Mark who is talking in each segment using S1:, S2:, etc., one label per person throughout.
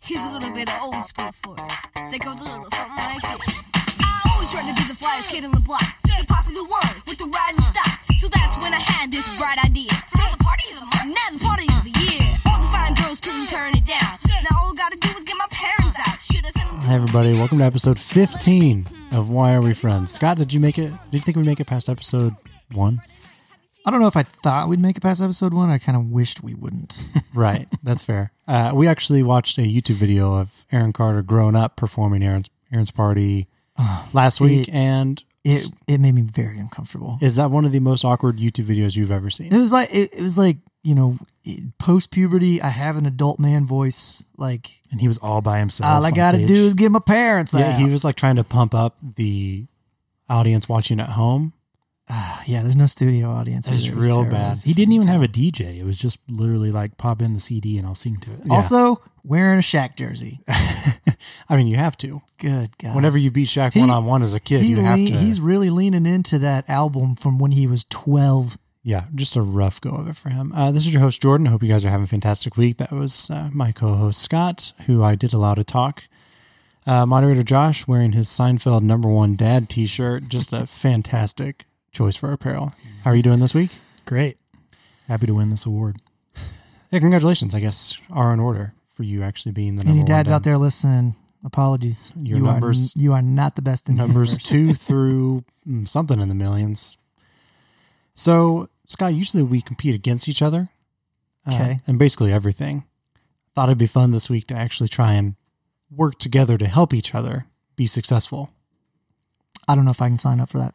S1: Here's a little bit of old school for it. That goes a little something like this. I always tried to be the flyest kid on the block. The popular one with the ride and stop. So that's when I had this bright idea. Now the party of the month. Now the party of the year. All the fine girls couldn't turn it down. Now all I gotta do is get my parents out. Should I send them
S2: Hi, everybody. Welcome to episode 15 of Why Are We Friends. Scott, did you make it? Did you think we'd make it past episode one?
S3: I don't know if I thought we'd make it past episode one. I kind of wished we wouldn't.
S2: Right. That's fair. Uh, we actually watched a YouTube video of Aaron Carter grown up performing Aaron's, Aaron's party last week.
S3: it-
S2: and
S3: It it made me very uncomfortable.
S2: is that one of the most awkward YouTube videos you've ever
S3: It
S2: seen?
S3: was like it, it was like you know post puberty. I have an adult man voice. Like
S4: and he was all by himself.
S3: all I
S4: on
S3: gotta
S4: stage.
S3: do is get my parents
S2: Yeah,
S3: out.
S2: he was like trying to pump up the audience watching at home.
S3: yeah, there's no studio audience.
S2: It was
S3: either.
S2: real
S3: terrible.
S2: bad.
S3: It was
S4: He didn't even have a DJ. It was just literally like pop in the CD and I'll sing to it.
S2: Yeah.
S3: Also wearing a Shaq jersey.
S2: I mean, you have to.
S3: Good God.
S2: Whenever you beat Shaq
S3: He-
S2: one on one as a kid,
S3: he
S2: you have
S3: lean-
S2: to.
S3: he's really leaning into that album from when he was 12.
S2: yeah, just a rough go of it for him. Uh, this is your host, Jordan. I hope you guys are having a fantastic week. That was uh, my co host, Scott, who I did allow to talk. Uh, moderator Josh wearing his Seinfeld number one dad t shirt. Just a fantastic choice for apparel. How are you doing this week?
S4: Great. Happy to win this award.
S2: Yeah, congratulations, I guess, are in order for you actually being the number
S3: Any
S2: one
S3: dads
S2: dad.
S3: out there listening, apologies.
S2: Your
S3: you
S2: numbers-
S3: Are, you are not the best in the
S2: numbers
S3: universe.
S2: two through mm, something in the millions. So, Scott, usually we compete against each other. uh,
S3: Okay.
S2: and basically everything. Thought it'd be fun this week to actually try and work together to help each other be successful.
S3: I don't know if I can sign up for that.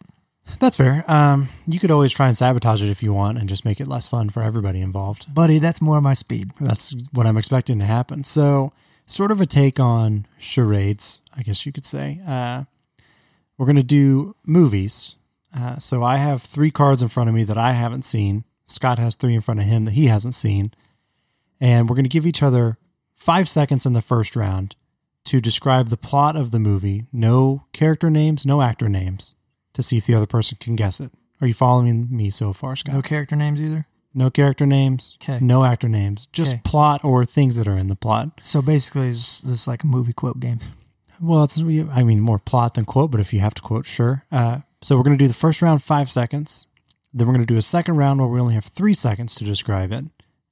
S2: That's fair. Um, you could always try and sabotage it if you want and just make it less fun for everybody involved.
S3: Buddy, that's more my speed.
S2: That's what I'm expecting to happen. So, sort of a take on charades, I guess you could say. Uh, we're going to do movies. Uh, so, I have three cards in front of me that I haven't seen. Scott has three in front of him that he hasn't seen. And we're going to give each other five seconds in the first round to describe the plot of the movie. No character names, no actor names, to see if the other person can guess it. Are you following me so far, Scott?
S3: No character names either.
S2: No character names.
S3: 'Kay.
S2: No actor names. Just
S3: 'Kay.
S2: plot or things that are in the plot.
S3: So basically, it's this is like a movie quote game.
S2: Well, it's I mean more plot than quote, but if you have to quote, sure. Uh, so we're gonna do the first round five seconds. Then we're gonna do a second round where we only have three seconds to describe it,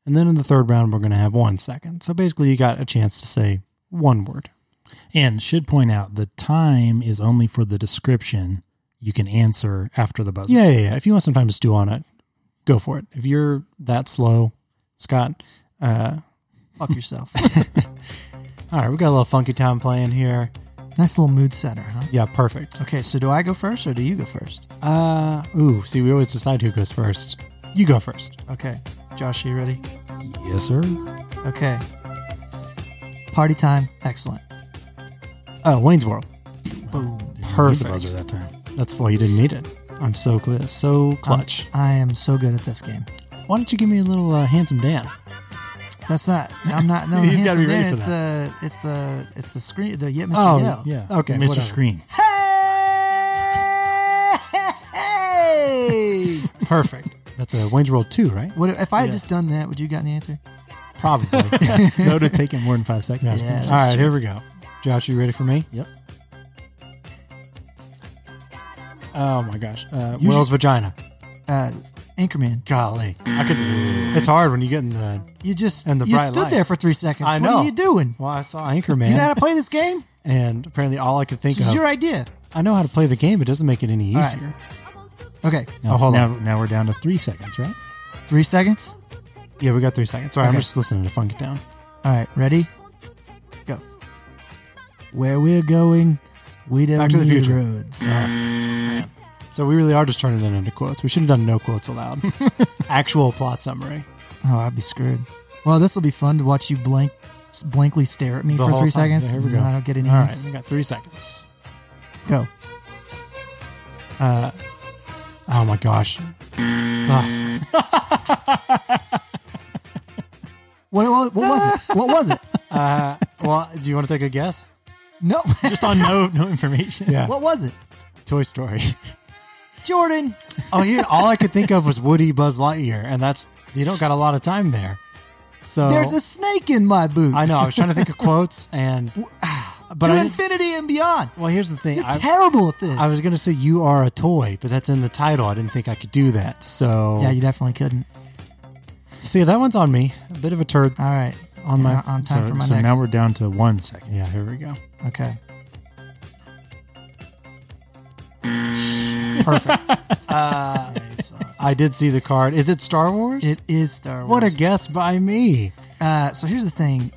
S2: and then in the third round we're gonna have one second. So basically, you got a chance to say one word.
S4: And should point out the time is only for the description. You can answer after the buzzer.
S2: Yeah, yeah. yeah. If you want some time to stew on it, go for it. If you're that slow, Scott. Uh,
S3: Fuck yourself.
S2: all right, we got a little funky town playing here.
S3: nice little mood setter, huh?
S2: Yeah, perfect.
S3: Okay, so do I go first or do you go first?
S2: Uh, ooh, see, we always decide who goes first. You go first.
S3: Okay, Josh, are you ready?
S4: Yes, sir.
S3: Okay. Party time. Excellent.
S2: Oh, Wayne's World.
S3: Boom.
S4: The buzzer
S2: Perfect.
S4: that time.
S2: That's why you didn't need it. I'm so clear. So clutch.
S3: I am so good at this game.
S2: why don't you give me a little uh, handsome Dan?
S3: That's not. I'm not. No,
S2: He's
S3: handsome
S2: gotta be ready for
S3: Dan, It's the. It's the. It's the screen. The yet Mr.
S2: Oh,
S3: Yell.
S4: Yeah.
S2: Okay,
S4: Mr.
S2: whatever.
S4: Screen.
S3: Hey!
S2: Perfect. That's a Wayne's World 2, right?
S3: What if I had
S4: Yeah.
S3: just done that? Would you have gotten the answer?
S2: Probably.
S4: no to take him more than five seconds.
S3: Yeah.
S2: All right, here we go. Josh, you ready for me?
S4: Yep.
S2: Oh my gosh. Uh,
S3: You
S2: Will's vagina.
S3: Uh, Anchorman.
S2: Golly. I could. It's hard when you get in the.
S3: You just
S2: And the
S3: you
S2: bright
S3: stood there
S2: lights.
S3: for three seconds.
S2: I
S3: What
S2: know.
S3: are you doing?
S2: Well, I saw
S3: Do you know how
S2: Anchorman,
S3: to play this game?
S2: and apparently all I could think
S3: This was
S2: of.
S3: your idea.
S2: I know how to play the game. It doesn't make it any
S3: All right.
S2: easier.
S3: Okay,
S4: Now,
S2: Oh, hold
S4: now, now we're down to three seconds, right?
S3: three seconds.
S2: Yeah, we got three seconds. Sorry, I'm
S3: Okay.
S2: just listening to Funk It Down.
S3: All right, ready? Go. Where we're going, we don't
S2: Back to the
S3: need
S2: future.
S3: roads.
S2: So we really are just turning it into quotes. We should have done no quotes allowed. Actual plot summary.
S3: Oh, I'd be screwed. Well, this will be fun to watch you blank, blankly stare at me
S2: The
S3: for
S2: whole
S3: three
S2: time.
S3: seconds.
S2: Yeah, here we
S3: and
S2: go.
S3: I don't get any
S2: All right,
S3: hints.
S2: we got three seconds.
S3: Go.
S2: Uh, oh my gosh. Ah, f-
S3: What, what, what was it? What was it?
S2: uh, well, do you want to take a guess?
S3: No.
S4: Just on no no information.
S2: Yeah.
S3: what was it?
S2: Toy Story.
S3: Jordan.
S2: Oh, yeah. All I could think of was Woody Buzz Lightyear, and that's you don't got a lot of time there. So
S3: There's a snake in my boots.
S2: I know. I was trying to think of quotes, and but
S3: to
S2: I didn't-
S3: infinity and beyond.
S2: well, here's the thing.
S3: You're
S2: I,
S3: terrible at this.
S2: I was going to say you are a toy, but that's in the title. I didn't think I could do that. So
S3: yeah, you definitely couldn't.
S2: see, that one's on me. A bit of a turd.
S3: All right.
S2: On my-
S3: You're on time
S4: so,
S3: for my
S4: so
S3: next.
S4: now we're down to one second.
S2: Yeah, here we go.
S3: okay.
S2: I did see the card. Is it Star Wars?
S3: It is Star Wars.
S2: What a guess by me.
S3: Uh, so here's the thing.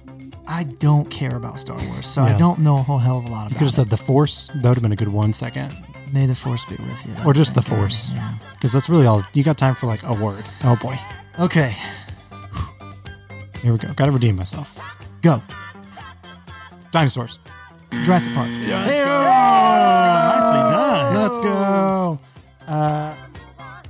S3: I don't care about Star Wars, so
S2: Yeah.
S3: I don't know a whole hell of a lot
S2: You could
S3: about
S2: have
S3: it.
S2: said the Force. That would have been a good one second,
S3: May the Force be with you.
S2: or just the Force, because that's really all you got time for. Like a word. Oh boy.
S3: Okay,
S2: Here we go. Got to redeem myself.
S3: go.
S2: Dinosaurs.
S3: Jurassic Park.
S4: Nicely done.
S2: Let's go. Uh,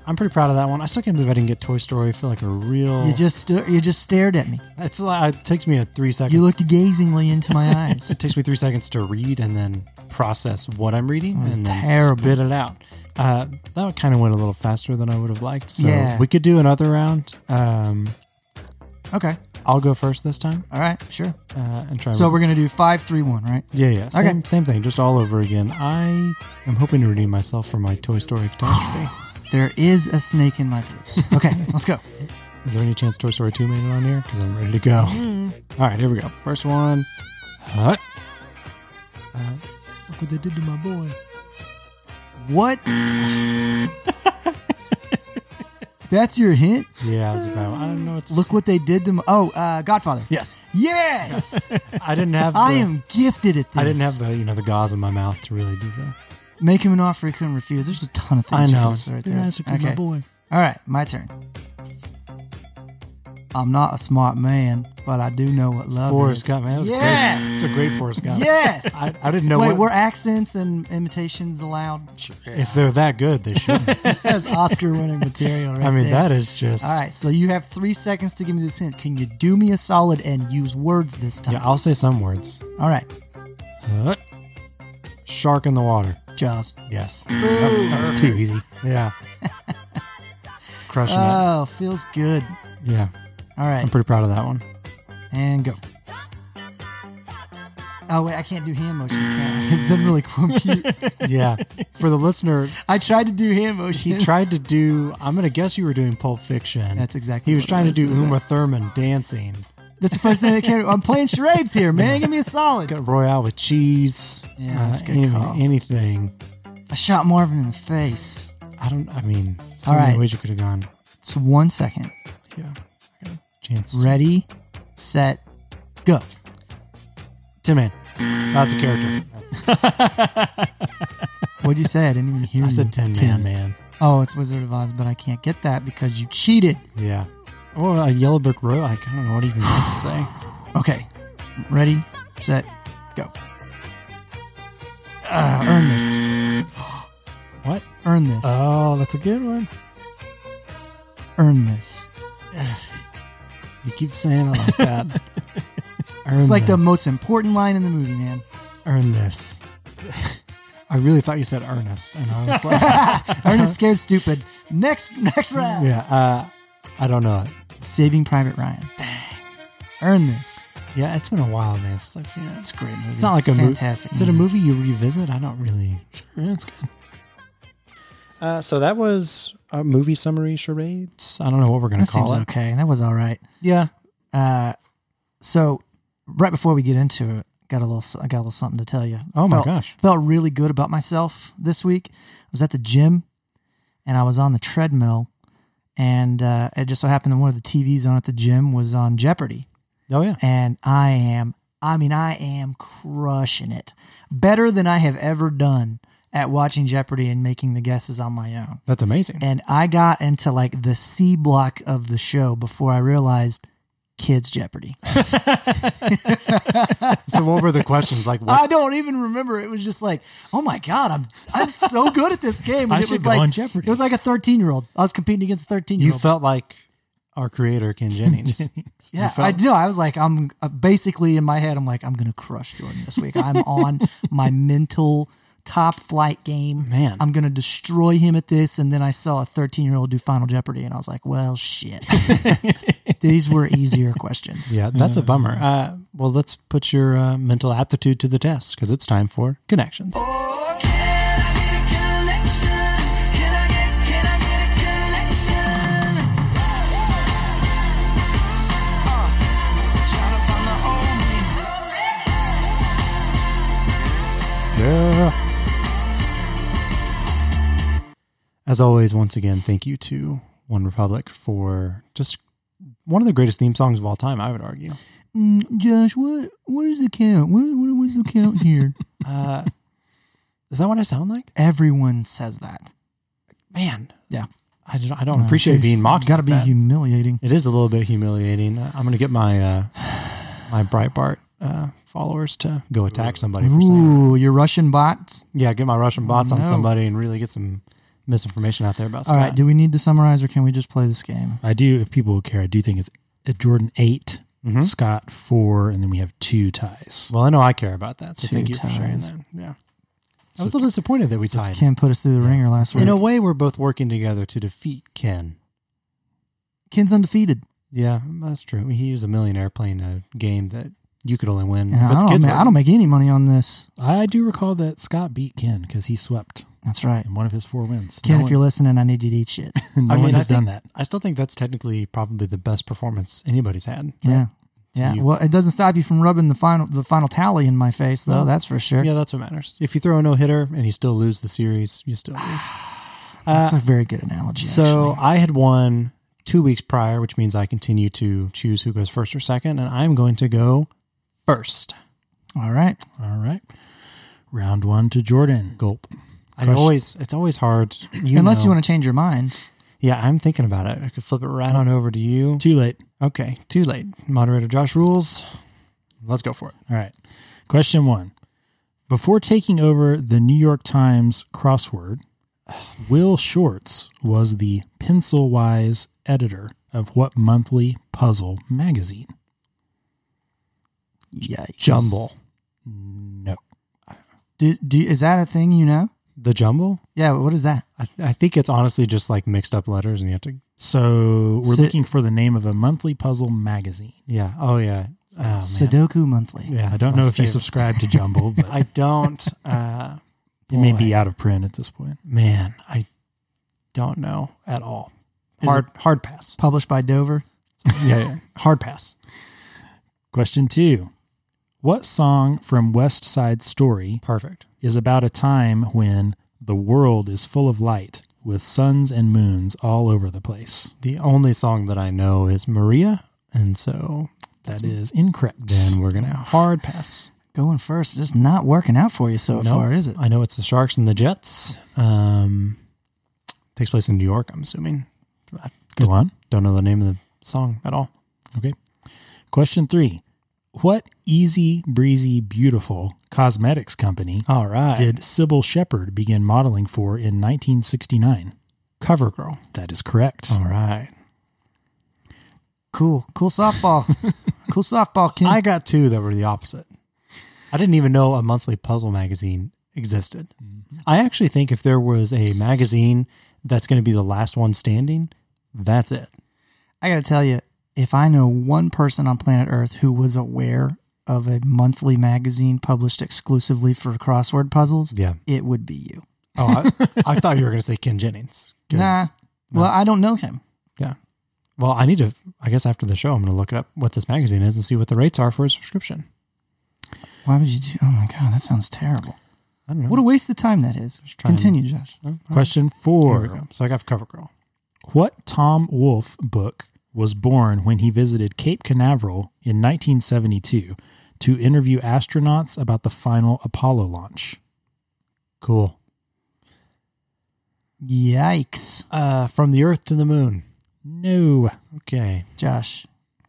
S2: I'm pretty proud of that one. I still can't believe I didn't get Toy Story. I feel like a real.
S3: You just stu- you just stared at me.
S2: it's like it takes me a three seconds.
S3: You looked gazingly into my eyes.
S2: It takes me three seconds to read and then process what I'm reading
S3: That's
S2: and then
S3: terrible.
S2: spit it out. Uh, that kind of went a little faster than I would have liked. So
S3: Yeah.
S2: we could do another round. Um,
S3: Okay.
S2: I'll go first this time
S3: All right. Sure.
S2: uh, and try.
S3: So we're gonna do five, three, one, right?
S2: yeah, yeah,
S3: Okay.
S2: same, same thing, just all over again. I am hoping to redeem myself for my Toy Story catastrophe.
S3: There is a snake in my boots. Okay, let's go.
S2: Is there any chance Toy Story 2 made it on here? Because I'm ready to go.
S3: Mm-hmm.
S2: All right, here we go. First one. Hut. Uh, look what they did to my boy.
S3: What? That's your hint.
S2: Yeah, I was about. I don't know. It's,
S3: Look what they did to my. Oh, uh, Godfather.
S2: Yes,
S3: Yes,
S2: I didn't have. The,
S3: I am gifted at this.
S2: I didn't have the you know the gauze in my mouth to really do that.
S3: Make him an offer he couldn't refuse. There's a ton of things.
S2: I
S3: you
S2: know.
S3: could've said Right
S2: You
S3: there.
S2: massacred my boy.
S3: All right, my turn. I'm not a smart man, but I do know what love
S2: Forrest
S3: is.
S2: Gump, man. That was
S3: Yes!
S2: great. It's a great Forrest Gump.
S3: Yes.
S2: I, I didn't know
S3: Wait,
S2: what-
S3: were accents and imitations allowed? Sure.
S2: if they're that good, they should.
S3: There's Oscar-winning material right
S2: I mean,
S3: there.
S2: that is just.
S3: All right, so you have three seconds to give me this hint. Can you do me a solid and use words this time?
S2: Yeah, I'll say some words.
S3: All right,
S2: Hut. Shark in the water.
S3: Jaws.
S2: Yes.
S4: That was too easy.
S2: Yeah. Crushing
S3: Oh, feels good.
S2: it. Yeah.
S3: All right,
S2: I'm pretty proud of that one.
S3: and go. Oh wait, I can't do hand motions. Can I? It doesn't really compute.
S2: Yeah. For the listener,
S3: I tried to do hand motions.
S2: he tried to do. I'm gonna guess you were doing Pulp Fiction.
S3: That's exactly
S2: He was
S3: what it
S2: trying to
S3: was,
S2: do
S3: exactly.
S2: Uma Thurman dancing.
S3: That's the first thing that came. I'm playing charades here, man. Give me a solid.
S2: Got Royale with cheese. uh,
S3: Yeah, that's a good
S2: any-
S3: call.
S2: Anything.
S3: I shot Marvin in the face.
S2: I don't. I mean, so
S3: All
S2: many
S3: right.
S2: ways you could have gone.
S3: It's one second.
S2: Yeah. I got a Chance.
S3: Ready, set, go.
S2: Tin Man. That's a character.
S3: What'd you say? I didn't even hear
S2: I
S3: you.
S2: said Tin Man.
S4: Tin man.
S3: Oh, it's Wizard of Oz, but I can't get that because you cheated.
S2: Yeah. Or a Yellow Brick Road. I don't know what even meant to say.
S3: Okay. Ready, set, go. Uh, earn this.
S2: What?
S3: Earn this.
S2: Oh, that's a good one.
S3: earn this.
S2: You keep saying it like that. Earn
S3: It's like the
S2: this.
S3: most important line in the movie, man.
S2: earn this. I really thought you said Ernest, and I was like,
S3: Earn is scared stupid. Next next round.
S2: yeah. Uh, I don't know it.
S3: Saving Private Ryan. Dang. Earn this.
S2: Yeah, it's been a while, man. Since I've seen it.
S3: It's a great movie.
S2: It's not like a
S3: fantastic.
S2: movie. Is it a
S3: movie.
S2: movie you revisit? I don't really.
S4: Yeah, that's good.
S2: Uh, so that was a movie summary charades. I don't know what we're gonna
S3: That seems
S2: call it.
S3: okay. That was all right.
S2: Yeah,
S3: Uh, so right before we get into it, got a little I got a little something to tell you.
S2: Oh my
S3: Felt-
S2: gosh.
S3: Felt really good about myself this week. I was at the gym and I was on the treadmill and uh, it just so happened that one of the TVs on at the gym was on Jeopardy
S2: oh yeah.
S3: and I am I mean I am crushing it. Better than I have ever done at watching Jeopardy and making the guesses on my own
S2: That's amazing.
S3: and I got into like the C block of the show before I realized Kids Jeopardy.
S2: so what were the questions like? What,
S3: I don't even remember. It was just like, oh my god, I'm I'm so good at this game.
S4: I
S3: it
S4: should
S3: was
S4: go
S3: like
S4: on Jeopardy.
S3: It was like a 13 year old. I was competing against a 13 year
S2: you
S3: old.
S2: felt like our creator Ken Jennings.
S3: Yeah, I know. I was like, I'm uh, basically in my head. I'm like, I'm gonna crush Jordan this week. I'm on my mental top flight game.
S2: Man.
S3: I'm gonna destroy him at this. And then I saw a 13 year old do Final Jeopardy, and I was like, well, shit. These were easier questions.
S2: Yeah, that's a bummer. Uh, well, let's put your uh, mental aptitude to the test because it's time for connections.
S1: Oh, can I get a connection? Can I get, can I get a connection? Uh, tryna find the only.
S2: Yeah. As always, once again, thank you to One Republic for just one of the greatest theme songs of all time. I would argue.
S3: Mm, Josh, what what is the count? What what was the count here?
S2: Uh, is that what I sound like?
S3: Everyone says that.
S2: Man,
S3: Yeah.
S2: I don't, I don't
S3: Mm-hmm.
S2: appreciate being mocked.
S3: Got to
S2: like
S3: be
S2: that.
S3: humiliating.
S2: It is a little bit humiliating. Uh, I'm going to get my uh, my Breitbart uh, followers to go attack somebody for saying.
S3: Ooh, your Russian bots.
S2: Yeah, get my Russian bots on
S3: No.
S2: somebody and really get some misinformation out there about Scott.
S3: All right, do we need to summarize or can we just play this game?
S4: I do, if people would care, I do think it's uh, Jordan 8,
S2: Mm-hmm.
S4: Scott 4, and then we have two ties.
S2: well, I know I care about that, so
S3: Two
S2: thank you for sharing
S3: ties.
S2: that. Yeah, I was a little disappointed that we tied.
S3: Ken put us through the ringer last week.
S2: In a way, we're both working together to defeat Ken.
S3: Ken's undefeated.
S2: Yeah, that's true. He was a millionaire playing a game that you could only win.
S3: And I,
S2: if it's
S3: don't,
S2: kids
S3: ma- I
S2: working.
S3: don't make any money on this.
S4: I do recall that Scott beat Ken because he swept
S3: That's right.
S4: in one of his four wins.
S3: Ken,
S4: no
S3: if you're listening, I need you to eat shit.
S4: one, no
S2: I
S4: one
S2: mean, I
S4: has
S2: think,
S4: done that.
S2: I still think that's technically probably the best performance anybody's had.
S3: Yeah.
S2: So
S3: Yeah.
S2: you-
S3: Well, it doesn't stop you from rubbing the final the final tally in my face, though. that's for sure.
S2: Yeah, that's what matters. If you throw a no hitter and you still lose the series, you still lose.
S3: that's a very good analogy.
S2: So
S3: Ah,
S2: uh,
S3: actually.
S2: I had won two weeks prior, which means I continue to choose who goes first or second, and I'm going to go first.
S3: all right,
S4: All right. Round one to Jordan.
S2: Gulp. I
S4: Crush.
S2: always it's always hard. You
S3: unless you
S2: know.
S3: want to change your mind,
S2: Yeah, I'm thinking about it. I could flip it right on over to you.
S4: Too late.
S2: Okay, too late. Moderator Josh rules. Let's go for it.
S4: All right. Question one. Before taking over the New York Times crossword, Will Shorts was the pencil wise editor of what monthly puzzle magazine?
S3: yikes!
S2: Jumble.
S4: No.
S3: Do, do, is that a thing you know?
S2: The jumble?
S3: Yeah. What is that?
S2: I, I think it's honestly just like mixed up letters and you have to
S4: So we're
S3: So-
S4: looking for the name of a monthly puzzle magazine.
S2: Yeah. Oh yeah. Oh, man.
S3: Sudoku Monthly.
S2: yeah.
S4: I don't
S2: my
S4: know if you
S2: favorite.
S4: subscribe to Jumble, but
S2: I don't uh
S4: it may
S2: boy.
S4: be out of print at this point.
S2: Man, I don't know at all.
S3: Is
S2: Hard hard pass.
S3: Published by Dover.
S2: yeah, yeah, hard pass.
S4: Question two What song from West Side Story
S2: Perfect.
S4: is about a time when the world is full of light with suns and moons all over the place?
S2: The only song that I know is Maria, and so
S4: That is incorrect.
S2: Hmm. then we're gonna hard pass.
S3: Going first, just not working out for you so
S2: No,
S3: far, is it?
S2: I know it's the Sharks and the Jets. Um, takes place in New York, I'm assuming. I
S4: Go on.
S2: don't know the name of the song at all.
S4: Okay. Question three What easy, breezy, beautiful cosmetics company
S2: All right,
S4: did Sybil Shepherd begin modeling for in 1969?
S2: Cover Girl.
S4: That is correct.
S2: All right,
S3: Cool, cool softball, cool softball, Ken.
S2: I got two that were the opposite. I didn't even know a monthly puzzle magazine existed. I actually think if there was a magazine that's going to be the last one standing, that's it.
S3: I got to tell you, if I know one person on planet Earth who was aware of a monthly magazine published exclusively for crossword puzzles,
S2: Yeah.
S3: it would be you.
S2: Oh, I, I thought you were going to say Ken Jennings. 'cause-
S3: Nah. Well, I don't know him.
S2: Yeah. Well, I need to. I guess after the show, I'm going to look it up what this magazine is and see what the rates are for a subscription.
S3: Why would you do? Oh my god, that sounds terrible.
S2: I don't know.
S3: What a waste of time that is.
S2: try and-
S3: Continue, Josh.
S4: Question
S2: Here we
S4: four.
S2: go. So I got CoverGirl.
S4: What Tom Wolfe book was born when he visited Cape Canaveral in 1972 to interview astronauts about the final Apollo launch?
S2: Cool.
S3: Yikes,
S2: Uh, from the Earth to the Moon.
S4: No.
S2: Okay.
S3: Josh.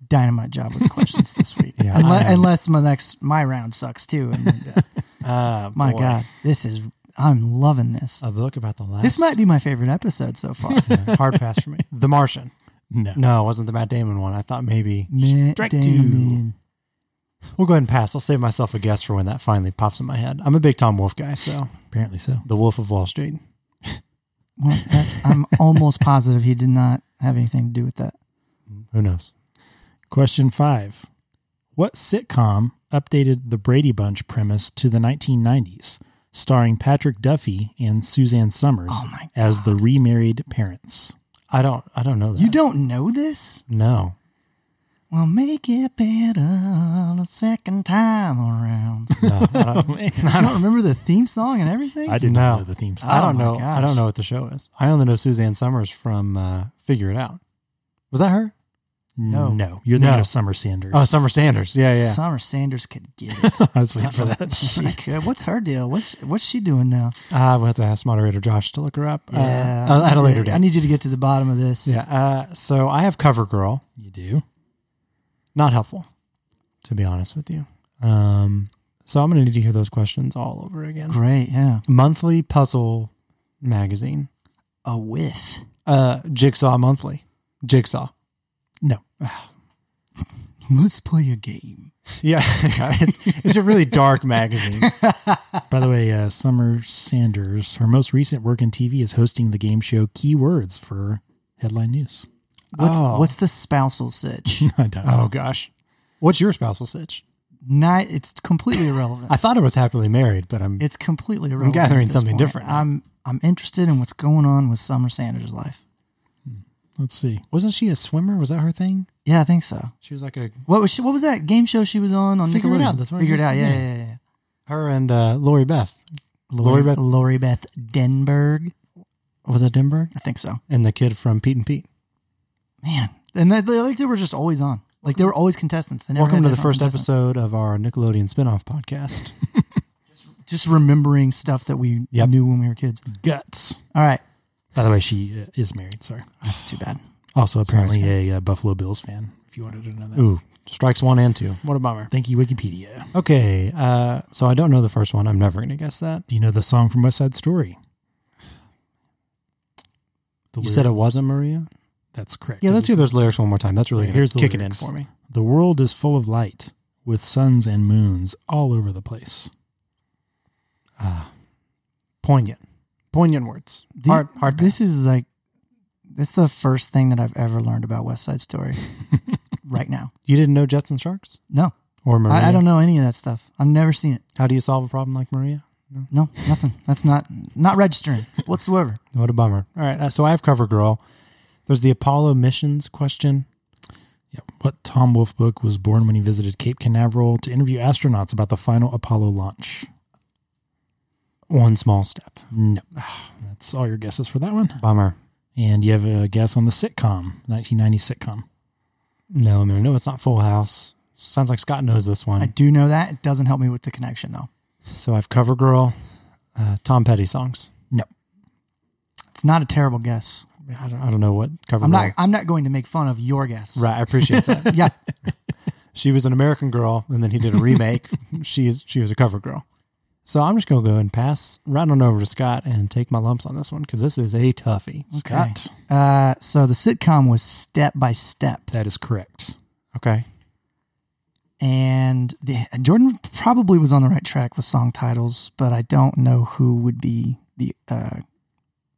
S3: Dynamite job with the questions this week.
S2: Yeah,
S3: unless,
S2: I am.
S3: unless my next my round sucks too. And then, uh,
S2: Uh,
S3: my
S2: boy.
S3: God, this is I'm loving this.
S2: a book about the last.
S3: this might be my favorite episode so far.
S2: Yeah, hard pass for me. The Martian.
S4: No.
S2: No, it wasn't the Matt Damon one. I thought maybe
S3: Matt
S4: Strike two.
S3: Damon.
S2: we'll go ahead and pass. I'll save myself a guess for when that finally pops in my head. I'm a big Tom Wolf guy, so
S4: Apparently so.
S2: the Wolf of Wall Street.
S3: Well, that, I'm almost positive he did not have anything to do with that.
S2: Who knows?
S4: Question five What sitcom updated the Brady Bunch premise to the 1990s, starring Patrick Duffy and Suzanne Summers
S3: Oh my
S4: as the remarried parents?
S2: I don't. I don't know that.
S3: You don't know this?
S2: No.
S3: Well, make it better the second time around.
S2: No. I don't,
S3: I don't remember the theme song and everything.
S4: I did
S2: No.
S4: not know the theme song.
S2: I don't
S3: Oh
S2: know.
S3: my
S2: I
S3: gosh.
S2: don't know what the show is. I only know Suzanne Summers from uh, Figure It Out. Was that her?
S3: no.
S4: no. You're thinking
S2: No.
S4: of Summer Sanders.
S2: Oh, Summer Sanders. Yeah, yeah.
S3: Summer Sanders could get it.
S4: I was waiting for that.
S3: she could. What's her deal? What's what's she doing now?
S2: Uh, we'll have to ask moderator Josh to look her up. uh,
S3: Yeah,
S2: uh, at a later
S3: I
S2: date.
S3: need you to get to the bottom of this.
S2: Yeah. Uh, so I have CoverGirl.
S4: You do?
S2: Not helpful, to be honest with you. Um, so I'm going to need to hear those questions all over again.
S3: Great. Yeah.
S2: Monthly puzzle magazine.
S3: A whiff.
S2: Uh, Jigsaw Monthly. Jigsaw.
S4: No.
S3: Let's play a game.
S2: Yeah, it's, it's a really dark magazine.
S4: By the way, uh, Summer Sanders, her most recent work in TV is hosting the game show Keywords for Headline News.
S3: What's
S2: Oh.
S3: what's the spousal sitch?
S4: I don't know.
S2: Oh gosh, what's your spousal sitch?
S3: Not. It's completely irrelevant.
S2: I thought it was happily married, but I'm
S3: it's completely irrelevant.
S2: gathering
S3: at this
S2: something
S3: point.
S2: different now.
S3: I'm I'm interested in what's going on with Summer Sanders' life.
S4: Let's see.
S2: wasn't she a swimmer? Was that her thing?
S3: Yeah, I think so.
S2: She was like a
S3: What was she, what was that game show she was on on
S2: Figure It
S3: Nickelodeon?
S2: Out, that's what I
S3: Figure it
S2: just
S3: out.
S2: said,
S3: Yeah,
S2: yeah.
S3: yeah, yeah. yeah.
S2: her and uh, Lori Beth. Lori
S3: Lori
S2: Beth
S3: Beth Lori Beth Denberg.
S2: was that Denberg
S3: I think so.
S2: and the kid from Pete and Pete.
S3: Man, and they, they, like they were just always on. Like they were always contestants. They never
S2: Welcome
S3: had
S2: to the
S3: different
S2: first
S3: contestants.
S2: episode of our Nickelodeon spinoff podcast.
S3: Just remembering stuff that we
S2: Yep. Mm.
S3: knew when we were kids.
S4: Guts.
S3: All right,
S4: By the way, she uh, is married. Sorry.
S3: that's too bad.
S4: Also, apparently
S2: Scott.
S4: a uh, Buffalo Bills fan. If you wanted to know that.
S2: Ooh, strikes one and two. What a bummer.
S4: Thank you, Wikipedia.
S2: Okay, uh, so I don't know the first one. I'm never going to guess that.
S4: Do you know the song from West Side Story? The
S2: You
S4: lyric-
S2: said it wasn't Maria.
S4: that's correct.
S2: Yeah,
S4: It
S2: let's
S4: is-
S2: hear those lyrics one more time. That's really
S4: Right,
S2: gonna
S4: here's the
S2: kick it in
S4: lyrics.
S2: for me.
S4: The world is full of light, with suns and moons all over the place.
S2: Poignant, poignant words.
S3: The-
S2: hard, hard.
S3: This is like that's the first thing that I've ever learned about West Side Story. right now,
S2: You didn't know Jets and Sharks
S3: no,
S2: or Maria?
S3: I, I don't know any of that stuff. I've never seen it.
S2: How do you solve a problem like Maria?
S3: No, nothing. That's not not registering whatsoever.
S2: What a bummer. All right, uh, so I have CoverGirl. There's the Apollo missions question.
S4: Yeah. What Tom Wolfe book was born when he visited Cape Canaveral to interview astronauts about the final Apollo launch?
S2: One small step.
S4: No. That's all your guesses for that one.
S2: Bummer.
S4: And you have a guess on the sitcom, 1990 sitcom.
S2: No, I mean I know it's not Full House. Sounds like Scott knows this
S3: I
S2: one.
S3: do know that. It doesn't help me with the connection though.
S2: So I've CoverGirl, uh, Tom Petty songs.
S4: No.
S3: It's not a terrible guess.
S2: I don't, I don't know what CoverGirl.
S3: I'm not I'm not going to make fun of your guess.
S2: right. I appreciate that.
S3: Yeah.
S2: she was an American girl, and then he did a remake. she is she was a cover girl. So I'm just gonna go ahead and pass right on over to Scott and take my lumps on this one because this is a toughie.
S4: Scott.
S3: Uh, so the sitcom was Step by Step,
S4: That is correct.
S2: Okay.
S3: and the, Jordan probably was on the right track with song titles, but I don't know who would be the uh,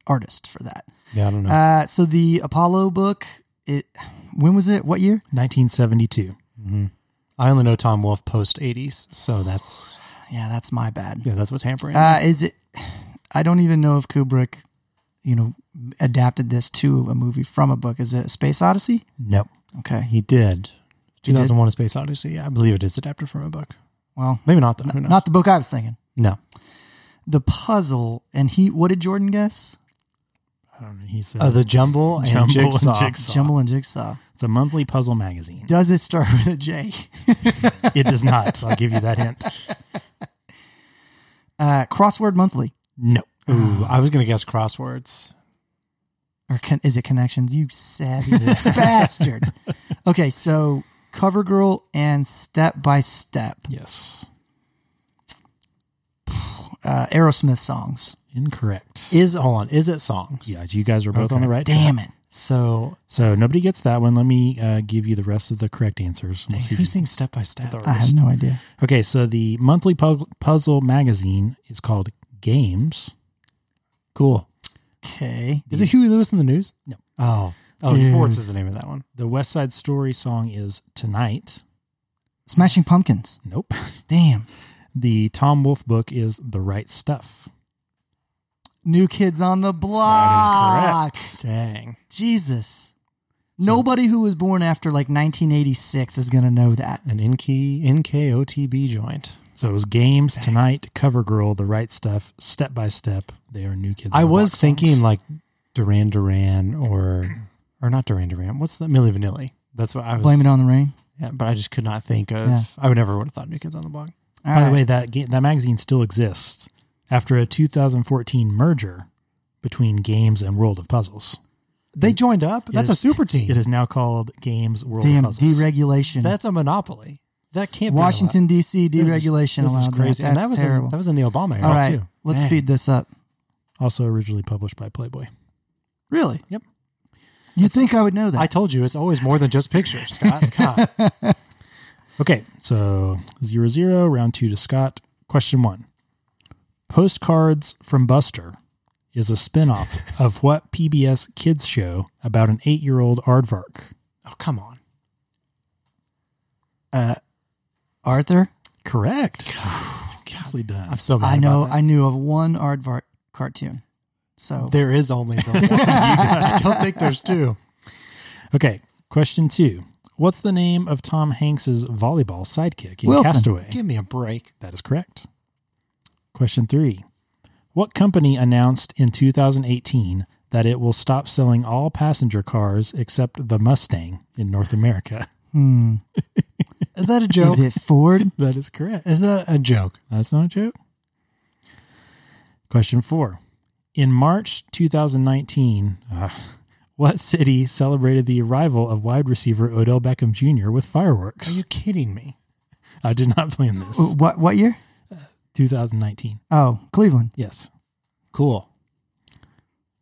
S3: artist for that.
S2: Yeah, I don't know.
S3: Uh, so the Apollo book, it when was it? What year?
S4: 1972.
S2: I only know Tom Wolfe post '80s, so that's
S3: Yeah, that's my bad.
S2: yeah, that's what's hampering. me.
S3: Uh, is it? I don't even know if Kubrick, you know, adapted this to a movie from a book. Is it Space Odyssey?
S4: No.
S3: Okay.
S2: he did.
S3: He did?
S2: 2001: A Space Odyssey. I believe it is adapted from a book.
S3: Well,
S2: Maybe not though. Who knows?
S3: not the book I was thinking.
S2: no.
S3: The puzzle, and he. What did Jordan guess?
S4: I don't know. He said
S2: Uh, the Jumble and
S4: Jumble and
S2: Jigsaw.
S4: Jigsaw.
S3: Jumble and Jigsaw.
S4: it's a monthly puzzle magazine.
S3: Does it start with a J?
S4: it does not. I'll give you that hint.
S3: Uh, crossword Monthly,
S4: No.
S2: Ooh, I was gonna guess crosswords.
S3: or con- is it Connections? You savvy bastard. Okay, so CoverGirl and Step by Step,
S4: Yes.
S3: uh, Aerosmith songs.
S4: Incorrect.
S2: Is hold on. Is it songs?
S4: yeah, you guys are both on the
S2: Okay.
S4: right track.
S3: Damn it!
S2: So
S4: So nobody gets that one. Let me uh, give you the rest of the correct answers. and We'll see if
S2: who
S4: you-
S2: sings step by step? Ah,
S3: I have no idea.
S4: Okay, so the monthly pu- puzzle magazine is called Games.
S2: Cool.
S3: Okay.
S2: Is it Huey Lewis in the news?
S4: No.
S2: Oh, Oh,
S3: Dude.
S2: Sports is the name of that one.
S4: The West Side Story song is Tonight.
S3: Smashing Pumpkins.
S4: Nope.
S3: Damn.
S4: The Tom Wolfe book is The Right Stuff.
S3: New Kids on the Block.
S2: Dang.
S3: Jesus. Nobody who was born after like 1986 is going to know that.
S2: An NK, NKOTB joint.
S4: So it was Games, Tonight, Cover Girl, The Right Stuff, Step by Step. They are new kids. on
S2: I
S4: the
S2: was
S4: Block
S2: thinking
S4: songs.
S2: like Duran Duran or, or not Duran Duran. What's that? Milli Vanilli. That's what I was.
S3: Blame it on the rain.
S2: Yeah, but I just could not think of.
S3: Yeah.
S2: I would never would have thought New Kids on the Block.
S3: All
S4: By the
S3: right.
S4: way, that ga- that magazine still exists after a 2014 merger between Games and World of Puzzles.
S2: They joined up. That's a
S4: is-
S2: super team.
S4: It is now called Games World
S3: damn
S4: of Puzzles.
S3: deregulation.
S2: That's a monopoly. That can't be
S3: Washington D.C.
S2: allowed. This is-
S3: deregulation
S2: this is
S3: allowed.
S2: crazy.
S3: That.
S2: And
S3: That's
S2: that was
S3: terrible.
S2: In, that was in the Obama era
S3: All right,
S2: too.
S3: let's
S2: Dang.
S3: speed this up.
S4: also originally published by Playboy.
S3: Really?
S4: Yep.
S3: You'd think I would know that.
S2: I told you it's always more than just pictures, Scott. God.
S4: Okay, so zero zero round two to Scott. Question one: Postcards from Buster is a spinoff of what PBS kids show about an eight-year-old aardvark?
S2: Oh, come on.
S3: Uh, Arthur?
S4: Correct. Nicely done.
S2: I'm so mad.
S3: I know.
S2: About
S3: I knew of one Aardvark cartoon. So
S2: that. There is only the one. You got- I don't think there's two.
S4: Okay, question two: What's the name of Tom Hanks's volleyball sidekick in
S3: Wilson.
S4: Castaway?
S2: Give me a break.
S4: That is correct. Question three What company announced in 2018 that it will stop selling all passenger cars except the Mustang in North America?
S2: Is that a joke?
S3: is it Ford?
S4: That is correct.
S2: is that a joke?
S4: That's not a joke. Question four In March 2019, uh, what city celebrated the arrival of wide receiver Odell Beckham Jr. with
S2: Are
S4: fireworks?
S2: you kidding me?
S4: I did not plan this.
S3: what what year?
S4: 2019.
S3: Oh, Cleveland.
S4: Yes.
S2: Cool.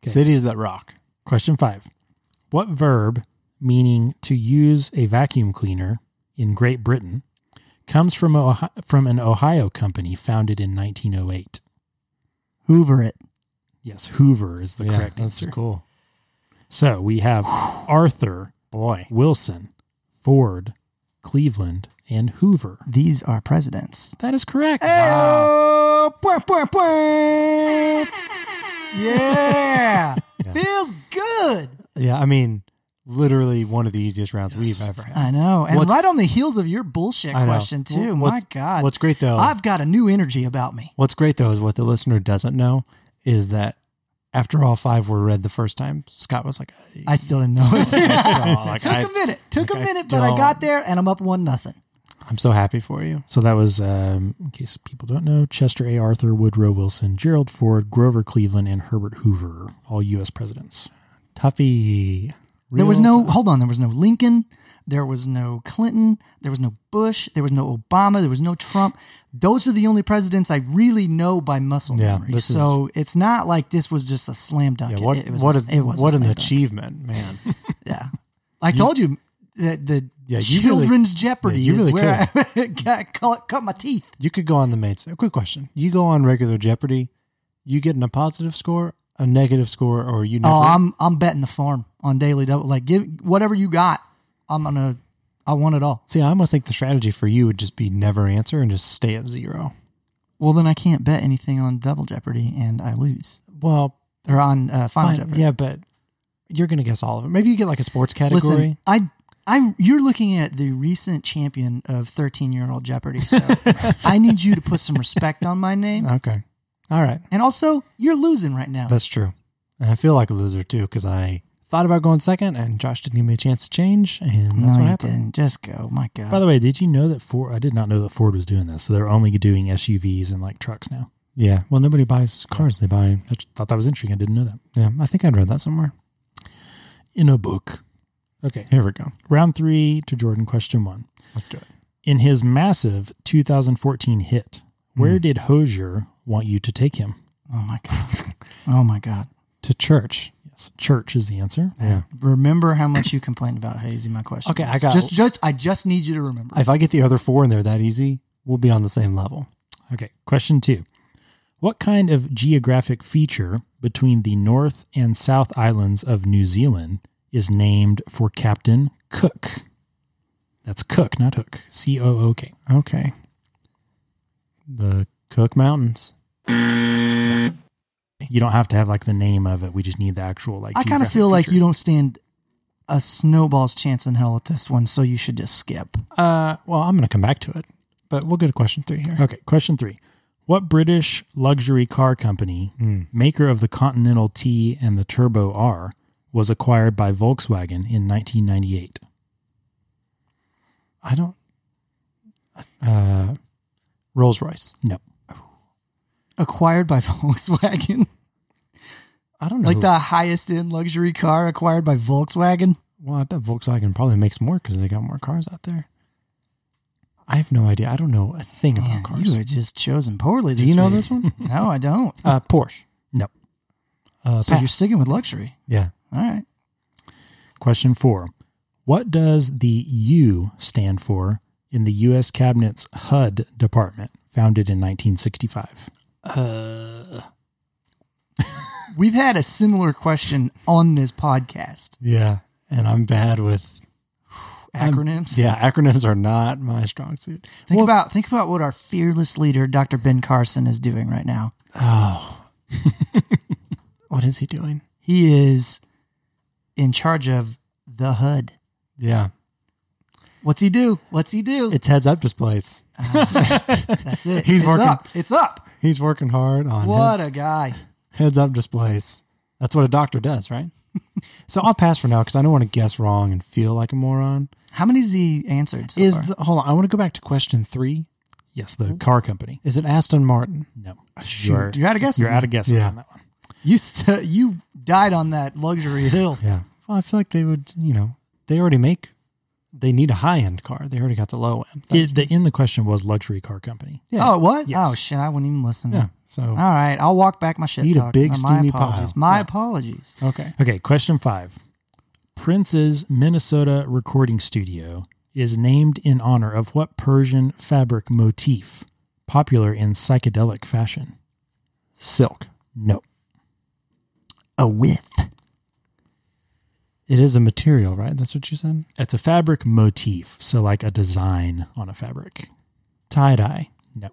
S4: Okay.
S2: Cities that rock.
S4: Question five. What verb, meaning to use a vacuum cleaner in Great Britain, comes from, Ohio, from an Ohio company founded in 1908?
S3: Hoover it.
S4: Yes, Hoover is the
S2: Yeah,
S4: correct
S2: that's
S4: answer.
S2: cool.
S4: So we have Arthur,
S2: Boy.
S4: Wilson, Ford, Cleveland, and Hoover.
S3: These are presidents.
S4: That is correct.
S3: Oh, bwah, bwah, bwah. Yeah. Feels good.
S2: Yeah, I mean, literally one of the easiest rounds we've ever had.
S3: I know. And
S2: What's-
S3: right on the heels of your bullshit
S2: I know.
S3: question, too.
S2: Wh-
S3: My
S2: what's-
S3: God.
S2: what's great, though-
S3: I've got a new energy about me.
S2: What's great though is what the listener doesn't know is that after all five were read the first time, Scott was like,
S3: I still didn't know it.
S2: "Oh, like,
S3: Took
S2: I,
S3: a minute. Took a
S2: like, I
S3: minute, but I
S2: don't-
S3: got there and I'm up one nothing.
S2: I'm so happy for you.
S4: So that was, um, in case people don't know, Chester A. Arthur, Woodrow Wilson, Gerald Ford, Grover Cleveland, and Herbert Hoover, all U.S. presidents.
S2: Tuffy.
S3: There was
S2: Real-
S3: no hold on. There was no Lincoln. There was no Clinton. There was no Bush. There was no Obama. There was no Trump. Those are the only presidents I really know by muscle
S2: Yeah,
S3: memory.
S2: this is-
S3: So it's not like this was just a slam dunk.
S2: Yeah, what
S3: it, it was
S2: what,
S3: a,
S2: a-
S3: it was a
S2: what an
S3: slam dunk.
S2: achievement, man.
S3: Yeah, I told you that the
S2: Yeah, you really-
S3: children's jeopardy
S2: yeah, you really
S3: is where I got, cut, cut my teeth.
S2: you could go on the main set. Quick question. You go on regular Jeopardy, you getting a positive score, a negative score, or you never
S3: Oh, I'm I'm betting the farm on daily double. Like give whatever you got. I'm gonna. I want it all.
S2: See, I almost think the strategy for you would just be never answer and just stay at zero.
S3: Well, then I can't bet anything on Double Jeopardy, and I lose.
S2: Well,
S3: or on uh, Final
S2: fine.
S3: Jeopardy.
S2: Yeah, but you're gonna guess all of it. Maybe you get like a sports
S3: Listen,
S2: category.
S3: I, I, you're looking at the recent champion of 13 year old Jeopardy. So I need you to put some respect on my name.
S2: Okay. All right.
S3: And also, you're losing right now.
S2: Uh, That's true. And I feel like a loser too because I thought about going second and Josh didn't give me a chance to change. And
S3: no,
S2: that's what
S3: you
S2: happened.
S3: didn't. Just go. My
S4: By
S3: God.
S4: the way, did you know that Ford? I did not know that Ford was doing this. So they're only doing SUVs and like trucks now.
S2: Yeah. Well, nobody buys cars. They buy.
S4: I just thought that was interesting. I didn't know that.
S2: Yeah. I think I'd read that somewhere.
S4: In a book. Okay.
S2: Here we go.
S4: Round three to Jordan. Question one.
S2: Let's do it.
S4: In his massive 2014 hit, where did Hosier want you to take him?
S3: Oh my God. Oh my God.
S2: To church.
S4: Yes. Church is the answer.
S2: Yeah.
S3: Remember how much you complained about Hazy, my question.
S2: Okay,
S3: was.
S2: I got-
S3: just, just, I just need you to remember.
S2: If I get the other four in there that easy, we'll be on the same level.
S4: Okay. Question two. What kind of geographic feature between the North and South Islands of New Zealand is named for Captain Cook. That's Cook, not Hook. C O O K.
S2: Okay. The Cook Mountains.
S4: You don't have to have like the name of it. We just need the actual like.
S3: I kind of
S4: geographic
S3: feel like
S4: feature.
S3: you don't stand a snowball's chance in hell at this one, so you should just skip.
S2: Uh, well, I'm going to come back to it, but we'll go to question three here.
S4: Okay, question three. What British luxury car company, maker of the Continental T and the Turbo R, was acquired by Volkswagen in 1998?
S2: I don't. Uh, Rolls Royce.
S4: No.
S3: Acquired by Volkswagen,
S2: I don't know.
S3: like
S2: who-
S3: the highest end luxury car acquired by Volkswagen.
S2: Well, I bet Volkswagen probably makes more because they got more cars out there. I have no idea. I don't know a thing about
S3: Man,
S2: cars.
S3: you were just chosen poorly. This
S2: Do you know
S3: week.
S2: this one?
S3: No, I don't.
S2: Uh, Porsche.
S4: No.
S2: Uh,
S3: so
S2: pass.
S3: you're sticking with luxury.
S2: yeah.
S3: All right.
S4: Question four. What does the U stand for in the U.S. Cabinet's HUD department, founded in 1965?
S2: Uh,
S3: We've had a similar question on this podcast.
S2: Yeah. And I'm bad with
S3: Um,
S2: I'm-
S3: Acronyms.
S2: yeah, acronyms are not my strong suit.
S3: Think about think about what our fearless leader, Dr. Ben Carson, is doing right now.
S2: What is he doing?
S3: He is in charge of the HUD.
S2: Yeah.
S3: What's he do? What's he do?
S2: It's heads up displays.
S3: That's it.
S2: he's
S3: it's
S2: working.
S3: up. It's up.
S2: He's working hard on
S3: What a guy.
S2: head- heads up displays. That's what a doctor does, right? so I'll pass for now because I don't want to guess wrong and feel like a moron.
S3: How many has he answered? So
S2: Is
S3: far?
S2: the, hold on? I want to go back to question three.
S4: Yes, the car company.
S2: Is it Aston Martin?
S4: No.
S3: Shoot, you're out of guesses
S4: You're
S3: now.
S4: out of guesses
S2: Yeah.
S4: on that one.
S3: you st- you died on that luxury hill.
S2: Yeah. Well, I feel like they would. You know, they already make. They need a high end car. They already got the low end.
S4: It, the in the question was luxury car company.
S2: Yeah.
S3: Oh, what?
S4: Yes.
S3: Oh shit! I wouldn't even listen.
S2: Yeah. So
S3: All right, I'll walk back my shit
S2: Eat a
S3: talk. Uh,
S2: big
S3: My
S2: steamy pile.
S3: apologies. My
S2: Yeah.
S3: apologies.
S2: okay.
S4: Okay, question five. Prince's Minnesota recording studio is named in honor of what Persian fabric motif popular in psychedelic fashion?
S2: Silk.
S4: No.
S3: A whiff.
S2: It is a material, right? That's what you said.
S4: It's a fabric motif, so like a design on a fabric.
S2: Tie dye.
S4: No.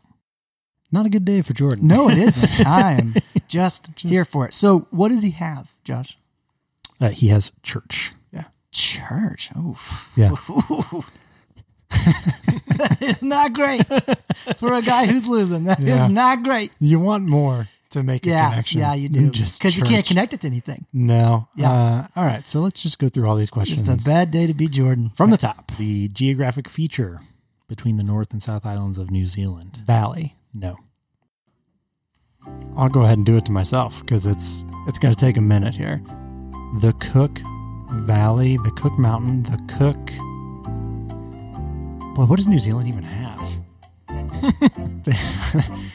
S2: Not a good day for Jordan.
S3: No, it isn't. I am just, here for it. So, what does he have, Josh?
S4: Uh, he has church.
S3: Church. Oof.
S2: Yeah.
S3: it's not great for a guy who's losing. That is
S2: Yeah.
S3: not great.
S2: You want more to make a
S3: Yeah,
S2: connection.
S3: yeah, you
S2: than
S3: do
S2: just
S3: because you can't
S2: church.
S3: connect it to anything.
S2: No.
S3: Yeah.
S2: Uh, all right. So let's just go through all these questions
S3: Just a bad day to be Jordan.
S2: from the top.
S4: The geographic feature between the North and South Islands of New Zealand.
S2: Valley.
S4: No.
S2: I'll go ahead and do it to myself because it's it's going to take a minute here. The Cook Valley, the Cook Mountain, the Cook. Boy, what does New Zealand even have?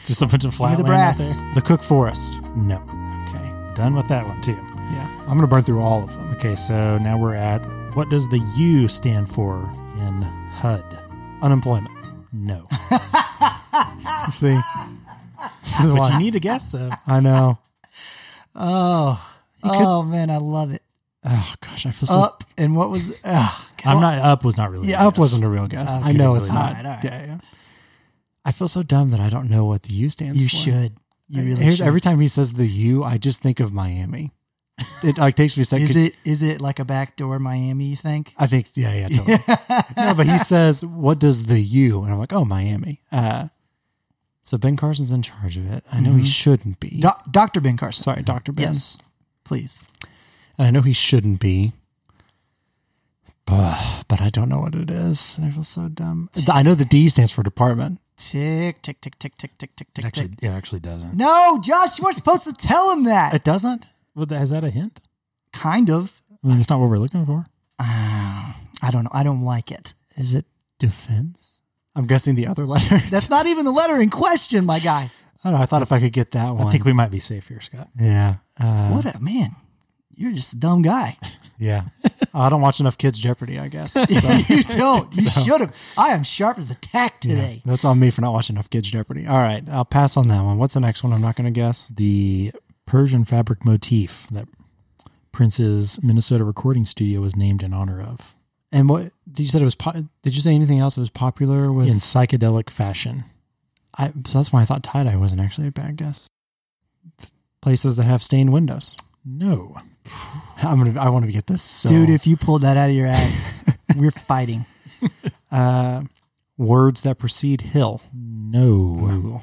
S4: Just a bunch
S3: Give
S4: of
S3: me
S4: flat
S3: the
S4: land out
S3: brass.
S2: The Cook Forest.
S4: there? No.
S2: Okay.
S4: Done with that one too.
S2: Yeah. I'm going to burn through all of them.
S4: Okay, so now we're at what does the U stand for in HUD?
S2: Unemployment.
S4: No.
S2: See? This is
S4: But
S2: why-
S4: you need to guess though.
S2: I know.
S3: Oh, oh man, I love it.
S2: Oh, gosh. I feel so.
S3: Up and what was? Oh,
S4: I'm not up was not really.
S2: yeah,
S4: a
S2: up
S4: guess.
S2: wasn't a real guess. I
S3: Okay,
S2: know
S3: really
S2: it's
S3: not.
S2: not.
S3: All right, all right.
S2: Yeah, yeah. I feel so dumb that I don't know what the U stands
S3: you
S2: for.
S3: should. You really
S2: Here's-
S3: should.
S2: Every time he says the U, I just think of Miami. It like takes me a second.
S3: is it is it like a backdoor Miami? You think?
S2: I think yeah, yeah, totally. no, but he says, "What does the U?" And I'm like, "Oh, Miami." Uh, so Ben Carson's in charge of it. I know he shouldn't be.
S3: Doctor Ben Carson.
S2: Sorry, Doctor Ben.
S3: Mm-hmm. Yes, please.
S2: and I know he shouldn't be. But, but I don't know what it is, and I feel so dumb. I know the D stands for department.
S3: Tick tick tick tick tick tick tick
S4: It
S3: tick.
S4: actually,
S3: tick.
S4: it actually doesn't.
S3: No, Josh, you weren't supposed to tell him that.
S2: It doesn't.
S4: Well, th- is that a hint?
S3: Kind of.
S4: I mean, that's not what we're looking for.
S3: I don't know. I don't like it.
S2: Is it defense? I'm guessing the other letter.
S3: That's not even the letter in question, my guy.
S2: I don't know. I thought if I could get that one.
S4: I think we might be safe here, Scott.
S2: yeah. Uh,
S3: What a man. You're just a dumb guy.
S2: Yeah. I don't watch enough Kids Jeopardy, I guess. So,
S3: you don't. You should have. I am sharp as a tack
S2: yeah,
S3: today.
S2: that's on me for not watching enough Kids Jeopardy. All right. I'll pass on that one. What's the next one? I'm not going to guess.
S4: The Persian fabric motif that Prince's Minnesota recording studio was named in honor of
S2: And what did you said it was? Po- did you say anything else that was popular with?
S4: in psychedelic fashion.
S2: I, so that's why I thought tie dye wasn't actually a bad guess. Places that have stained windows.
S4: No.
S2: I'm gonna. I want to get this, so,
S3: Dude, if you pulled that out of your ass, we're fighting.
S2: uh, words that precede hill.
S4: No.
S2: Ooh.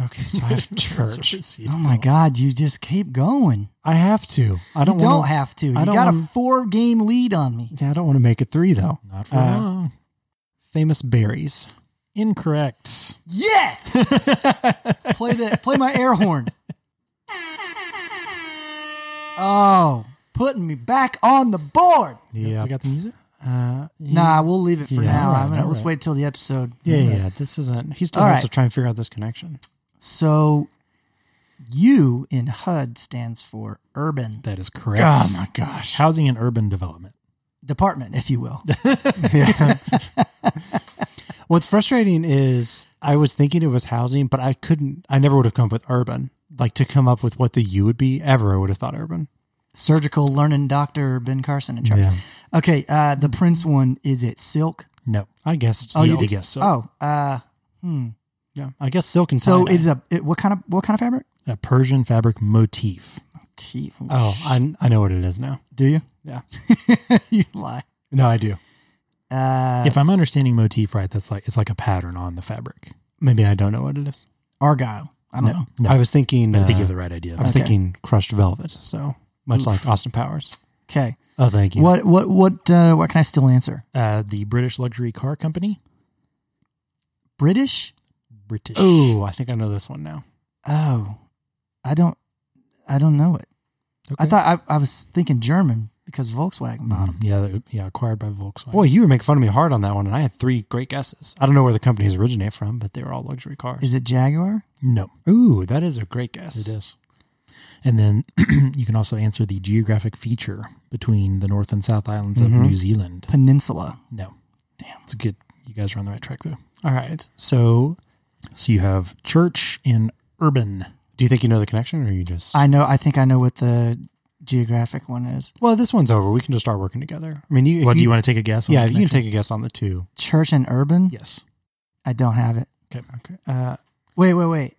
S2: Okay, so I have church.
S3: Oh my God, you just keep going.
S2: I have to. I don't.
S3: you don't
S2: wanna,
S3: have to. You
S2: I don't
S3: got a
S2: wanna-
S3: four game lead on me.
S2: Yeah, I don't want to make it three though.
S4: Not for
S2: Uh,
S4: long.
S2: Famous berries.
S4: Incorrect.
S3: Yes. play that. Play my air horn. Oh, putting me back on the board.
S2: Yeah.
S4: We got the music?
S2: Uh, yeah,
S3: Nah, we'll leave it for
S2: Yeah,
S3: now.
S2: all right,
S3: I'm gonna,
S2: all
S3: let's
S2: right.
S3: wait till the episode.
S2: yeah, yeah. This isn't. He still
S3: All
S2: has
S3: right.
S2: to try and figure out this connection.
S3: So, U in HUD stands for urban
S4: That is correct.
S2: Oh my gosh.
S4: Housing and urban development.
S3: department, if you will.
S2: Yeah. What's frustrating is I was thinking it was housing, but I couldn't. I never would have come up with urban. Like to come up with what the U would be, ever I would have thought urban.
S3: Surgical learning doctor Ben Carson in charge.
S2: Yeah.
S3: Okay, uh, the Prince one is it silk?
S4: No.
S2: I guess. It's
S4: Oh, you
S2: silk.
S4: did guess. So,
S3: Oh, uh,
S2: Yeah, I guess silk and
S3: so
S2: so
S3: it is a it, what kind of what kind of fabric?
S4: a uh, Persian fabric motif.
S3: Tee-
S2: Oh, I I know what it is now.
S3: do you?
S2: Yeah.
S3: you lie.
S2: No, I do.
S3: Uh,
S4: if I'm understanding motif right, that's like it's like a pattern on the fabric.
S2: Maybe I don't know what it is.
S3: Argyle. I don't know.
S4: No,
S2: I was thinking.
S4: Uh-huh. I think you
S2: uh,
S4: have the right idea.
S2: I was
S3: Okay.
S2: thinking crushed velvet. So much like Austin Powers.
S3: Okay.
S2: Oh, thank you.
S3: What what what uh, what can I still answer?
S4: Uh, the British luxury car company,
S3: British?
S4: British.
S2: Oh, I think I know this one now.
S3: Oh, I don't I don't know it. I
S4: Okay.
S3: thought I, I was thinking German because Volkswagen
S2: Mm-hmm.
S3: bought 'em.
S4: Mhm. Yeah, they- yeah, acquired by Volkswagen.
S2: Boy, you were making fun of me hard on that one, and I had three great guesses. I don't know where the companies originate from, but they were all luxury cars.
S3: Is it Jaguar?
S4: No,
S2: Ooh, that is a great guess.
S4: it is. And then you can also answer the geographic feature between the North and South Islands of New Zealand.
S3: Peninsula.
S4: No, damn, it's a good. You guys are on the right track though.
S2: All right. So,
S4: So you have church and urban.
S2: do you think you know the connection, or you just?
S3: I know I think I know what the geographic one is.
S2: well, this one's over. We can just start working together. I mean, you. if
S4: What do you want to take a guess? on
S2: Yeah,
S4: the
S2: if you can
S4: connection?
S2: take a guess on the two.
S3: Church and urban?
S4: Yes.
S3: I don't have it.
S2: Okay. Uh,
S3: Wait, wait, wait.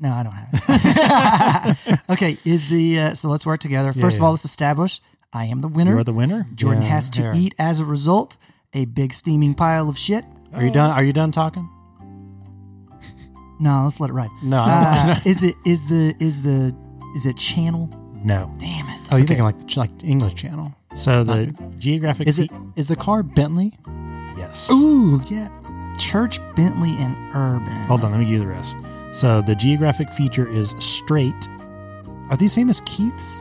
S3: No, I don't have it. okay, is the uh, so let's work together.
S2: Yeah,
S3: First of
S2: yeah.
S3: all, let's establish I am the winner.
S4: You're the winner.
S3: Jordan
S2: Yeah,
S3: has to
S2: here.
S3: eat as a result a big steaming pile of shit.
S2: are you
S4: Oh.
S2: done? Are you done talking?
S3: No, let's let it ride.
S2: No. I don't
S3: Uh, is it is the is the is it channel?
S4: No.
S3: Damn it!
S2: oh, you're thinking like the, like English Channel?
S4: So the geographic
S2: Is it? Is the car Bentley?
S4: fe- Yes.
S2: Ooh, yeah.
S3: Church Bentley and Urban.
S4: Hold on, let me give you the rest. So the geographic feature is straight.
S2: Are these famous Keiths?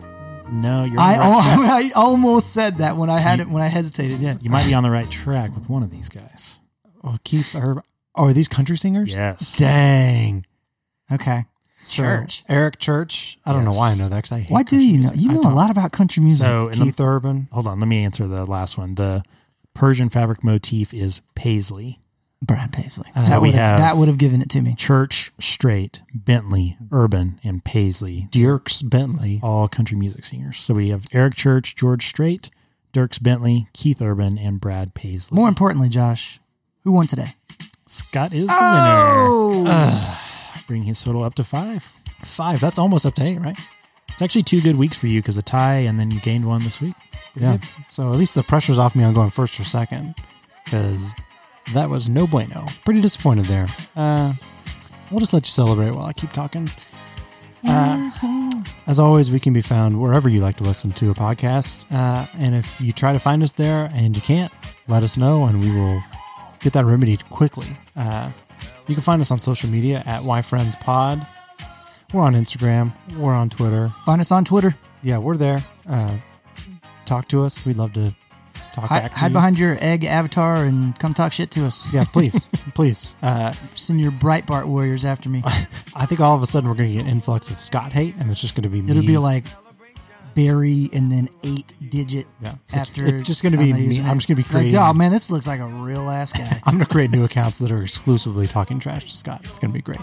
S4: No, you're on
S3: I,
S4: the
S2: oh,
S4: right track.
S3: al- I almost said that when I had it when I hesitated. Yeah.
S4: you might be on the right track with one of these guys.
S2: Oh, Keith Herb. Oh, are these country singers?
S4: Yes.
S2: Dang.
S3: Okay.
S2: So,
S3: Church.
S2: Eric Church. I don't know why I
S4: Yes.
S2: know that because I hate
S3: Why do
S2: country
S3: you know?
S2: music.
S3: You
S2: I
S3: know a
S2: don't-
S3: lot about country music.
S4: So in the,
S2: Keith Urban.
S4: hold on, let me answer the last one. The Persian fabric motif is paisley,
S3: Brad Paisley.
S2: Uh,
S3: that
S4: we
S3: would have
S4: have-
S3: that would have given it to me.
S4: church, straight, Bentley, urban, and paisley.
S2: Dirks Bentley.
S4: All country music singers. So we have Eric Church, George Strait, Dirks Bentley, Keith Urban, and Brad Paisley.
S3: More importantly, Josh, who won today? Uh,
S4: Scott is the
S3: Oh!
S4: winner. Bring his total up to five.
S2: Five. That's almost up to eight, right?
S4: It's actually two good weeks for you because a tie, and then you gained one this week.
S2: Yeah. So at least the pressure's off me on going first or second because that was no bueno. Pretty disappointed there. Uh, we'll just let you celebrate while I keep talking. Uh, as always, we can be found wherever you like to listen to a podcast. Uh, and if you try to find us there and you can't, let us know and we will get that remedied quickly. Uh, you can find us on social media at YFriendsPod. We're on Instagram. We're on Twitter
S3: Find us on Twitter.
S2: yeah, we're there. Uh, talk to us. We'd love to talk
S3: Hi-
S2: back to
S3: hide
S2: you.
S3: behind your egg avatar and come talk shit to us.
S2: Yeah, please, please. Uh,
S3: Send your Breitbart warriors after me.
S2: I think all of a sudden we're going to get an influx of Scott hate, and it's just going to be
S3: It'll
S2: me.
S3: be like Barry and then eight digit
S2: Yeah. It's-
S3: after.
S2: it's just gonna be
S3: on the
S2: me.
S3: username.
S2: I'm just gonna be
S3: Like,
S2: creating-
S3: oh man, this looks like a real ass guy.
S2: I'm going to create new accounts that are exclusively talking trash to Scott. It's going to be great.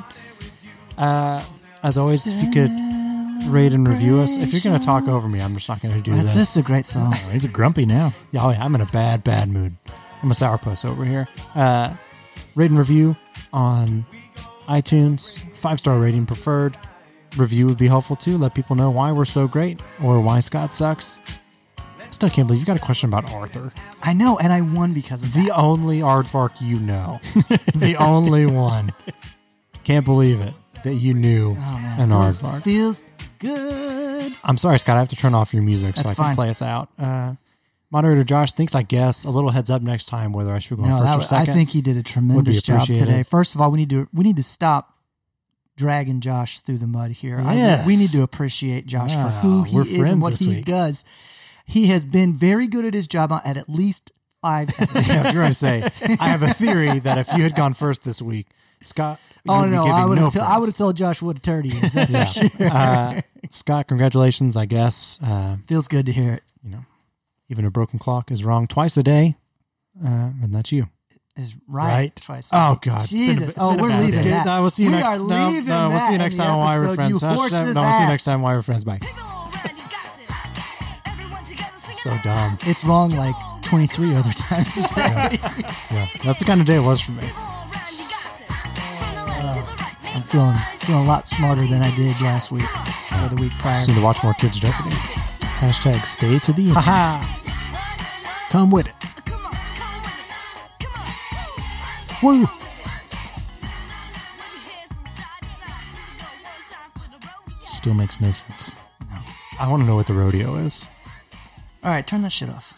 S2: Uh, as always, if you could rate and review us. If you're going to talk over me, I'm just not going to do
S3: That's
S2: that.
S3: this is a great song.
S4: Oh, he's grumpy now.
S2: Yeah, oh yeah, I'm in a bad, bad mood. I'm a sourpuss over here. Uh, rate and review on iTunes, five star rating preferred. Review would be helpful too. Let people know why we're so great or why Scott sucks. Still can't believe you got a question about Arthur.
S3: I know, and I won because of
S2: The
S3: the.
S2: only aardvark you know. the only one. Can't believe it that you knew
S3: Oh, man.
S2: an
S3: feels,
S2: aardvark.
S3: feels good.
S2: I'm sorry, Scott. I have to turn off your music so
S3: That's
S2: I can
S3: fine.
S2: play us out. Uh, moderator Josh thinks, I guess, a little heads up next time whether I should go
S3: No,
S2: first
S3: that
S2: or
S3: was, I
S2: second.
S3: think he did a tremendous job
S2: appreciated.
S3: today. First of all, we need to we need to stop dragging Josh through the mud here. I-
S4: Yes.
S3: we need to appreciate Josh for who
S4: Wow,
S3: he
S4: we're
S3: is and
S4: friends
S3: what
S4: this
S3: he
S4: week.
S3: does. He has been very good at his job at at least five. episodes.
S2: yeah, if you're going to say, I have a theory that if you had gone first this week, Scott. you
S3: oh
S2: would be
S3: no,
S2: giving
S3: I would have
S2: no
S3: I would have
S2: praise.
S3: told Josh what a turd he is. That
S2: Yeah. Uh, Scott, congratulations. I guess uh,
S3: feels good to hear it.
S2: even a broken clock is wrong twice a day, uh, and that's you.
S3: Is right,
S4: Right.
S3: twice.
S2: Oh, God, it's been a bit-
S3: Jesus!
S2: it's
S3: oh,
S2: been a
S3: we're
S2: bad
S3: leaving
S2: day.
S3: that.
S2: No, we'll see you
S3: we
S2: next.
S3: Are
S2: no,
S3: leaving
S2: no, we'll see
S3: that
S2: you
S3: in
S2: next
S3: the
S2: time on Why We're
S3: episode, you
S2: Friends. Hush,
S3: horse's
S2: no, we'll see you
S3: ass.
S2: next time on Why We're Friends. Bye.
S1: Big ol' Randy got it. Everyone together singing
S2: So
S1: out.
S2: dumb.
S3: It's wrong like twenty three other times.
S2: Yeah, that's the kind of day it was for me.
S1: Big ol' Randy got it. From the left to the right.
S3: I'm feeling feeling a lot smarter than I did last week or the week prior.
S2: Just need to watch more Kids Jeopardy.
S4: Hashtag stay to the end. Come with it.
S1: Come on, come with it. Come on.
S4: Woo. Still makes no sense.
S2: I want to know what the rodeo is.
S3: All right, turn that shit off.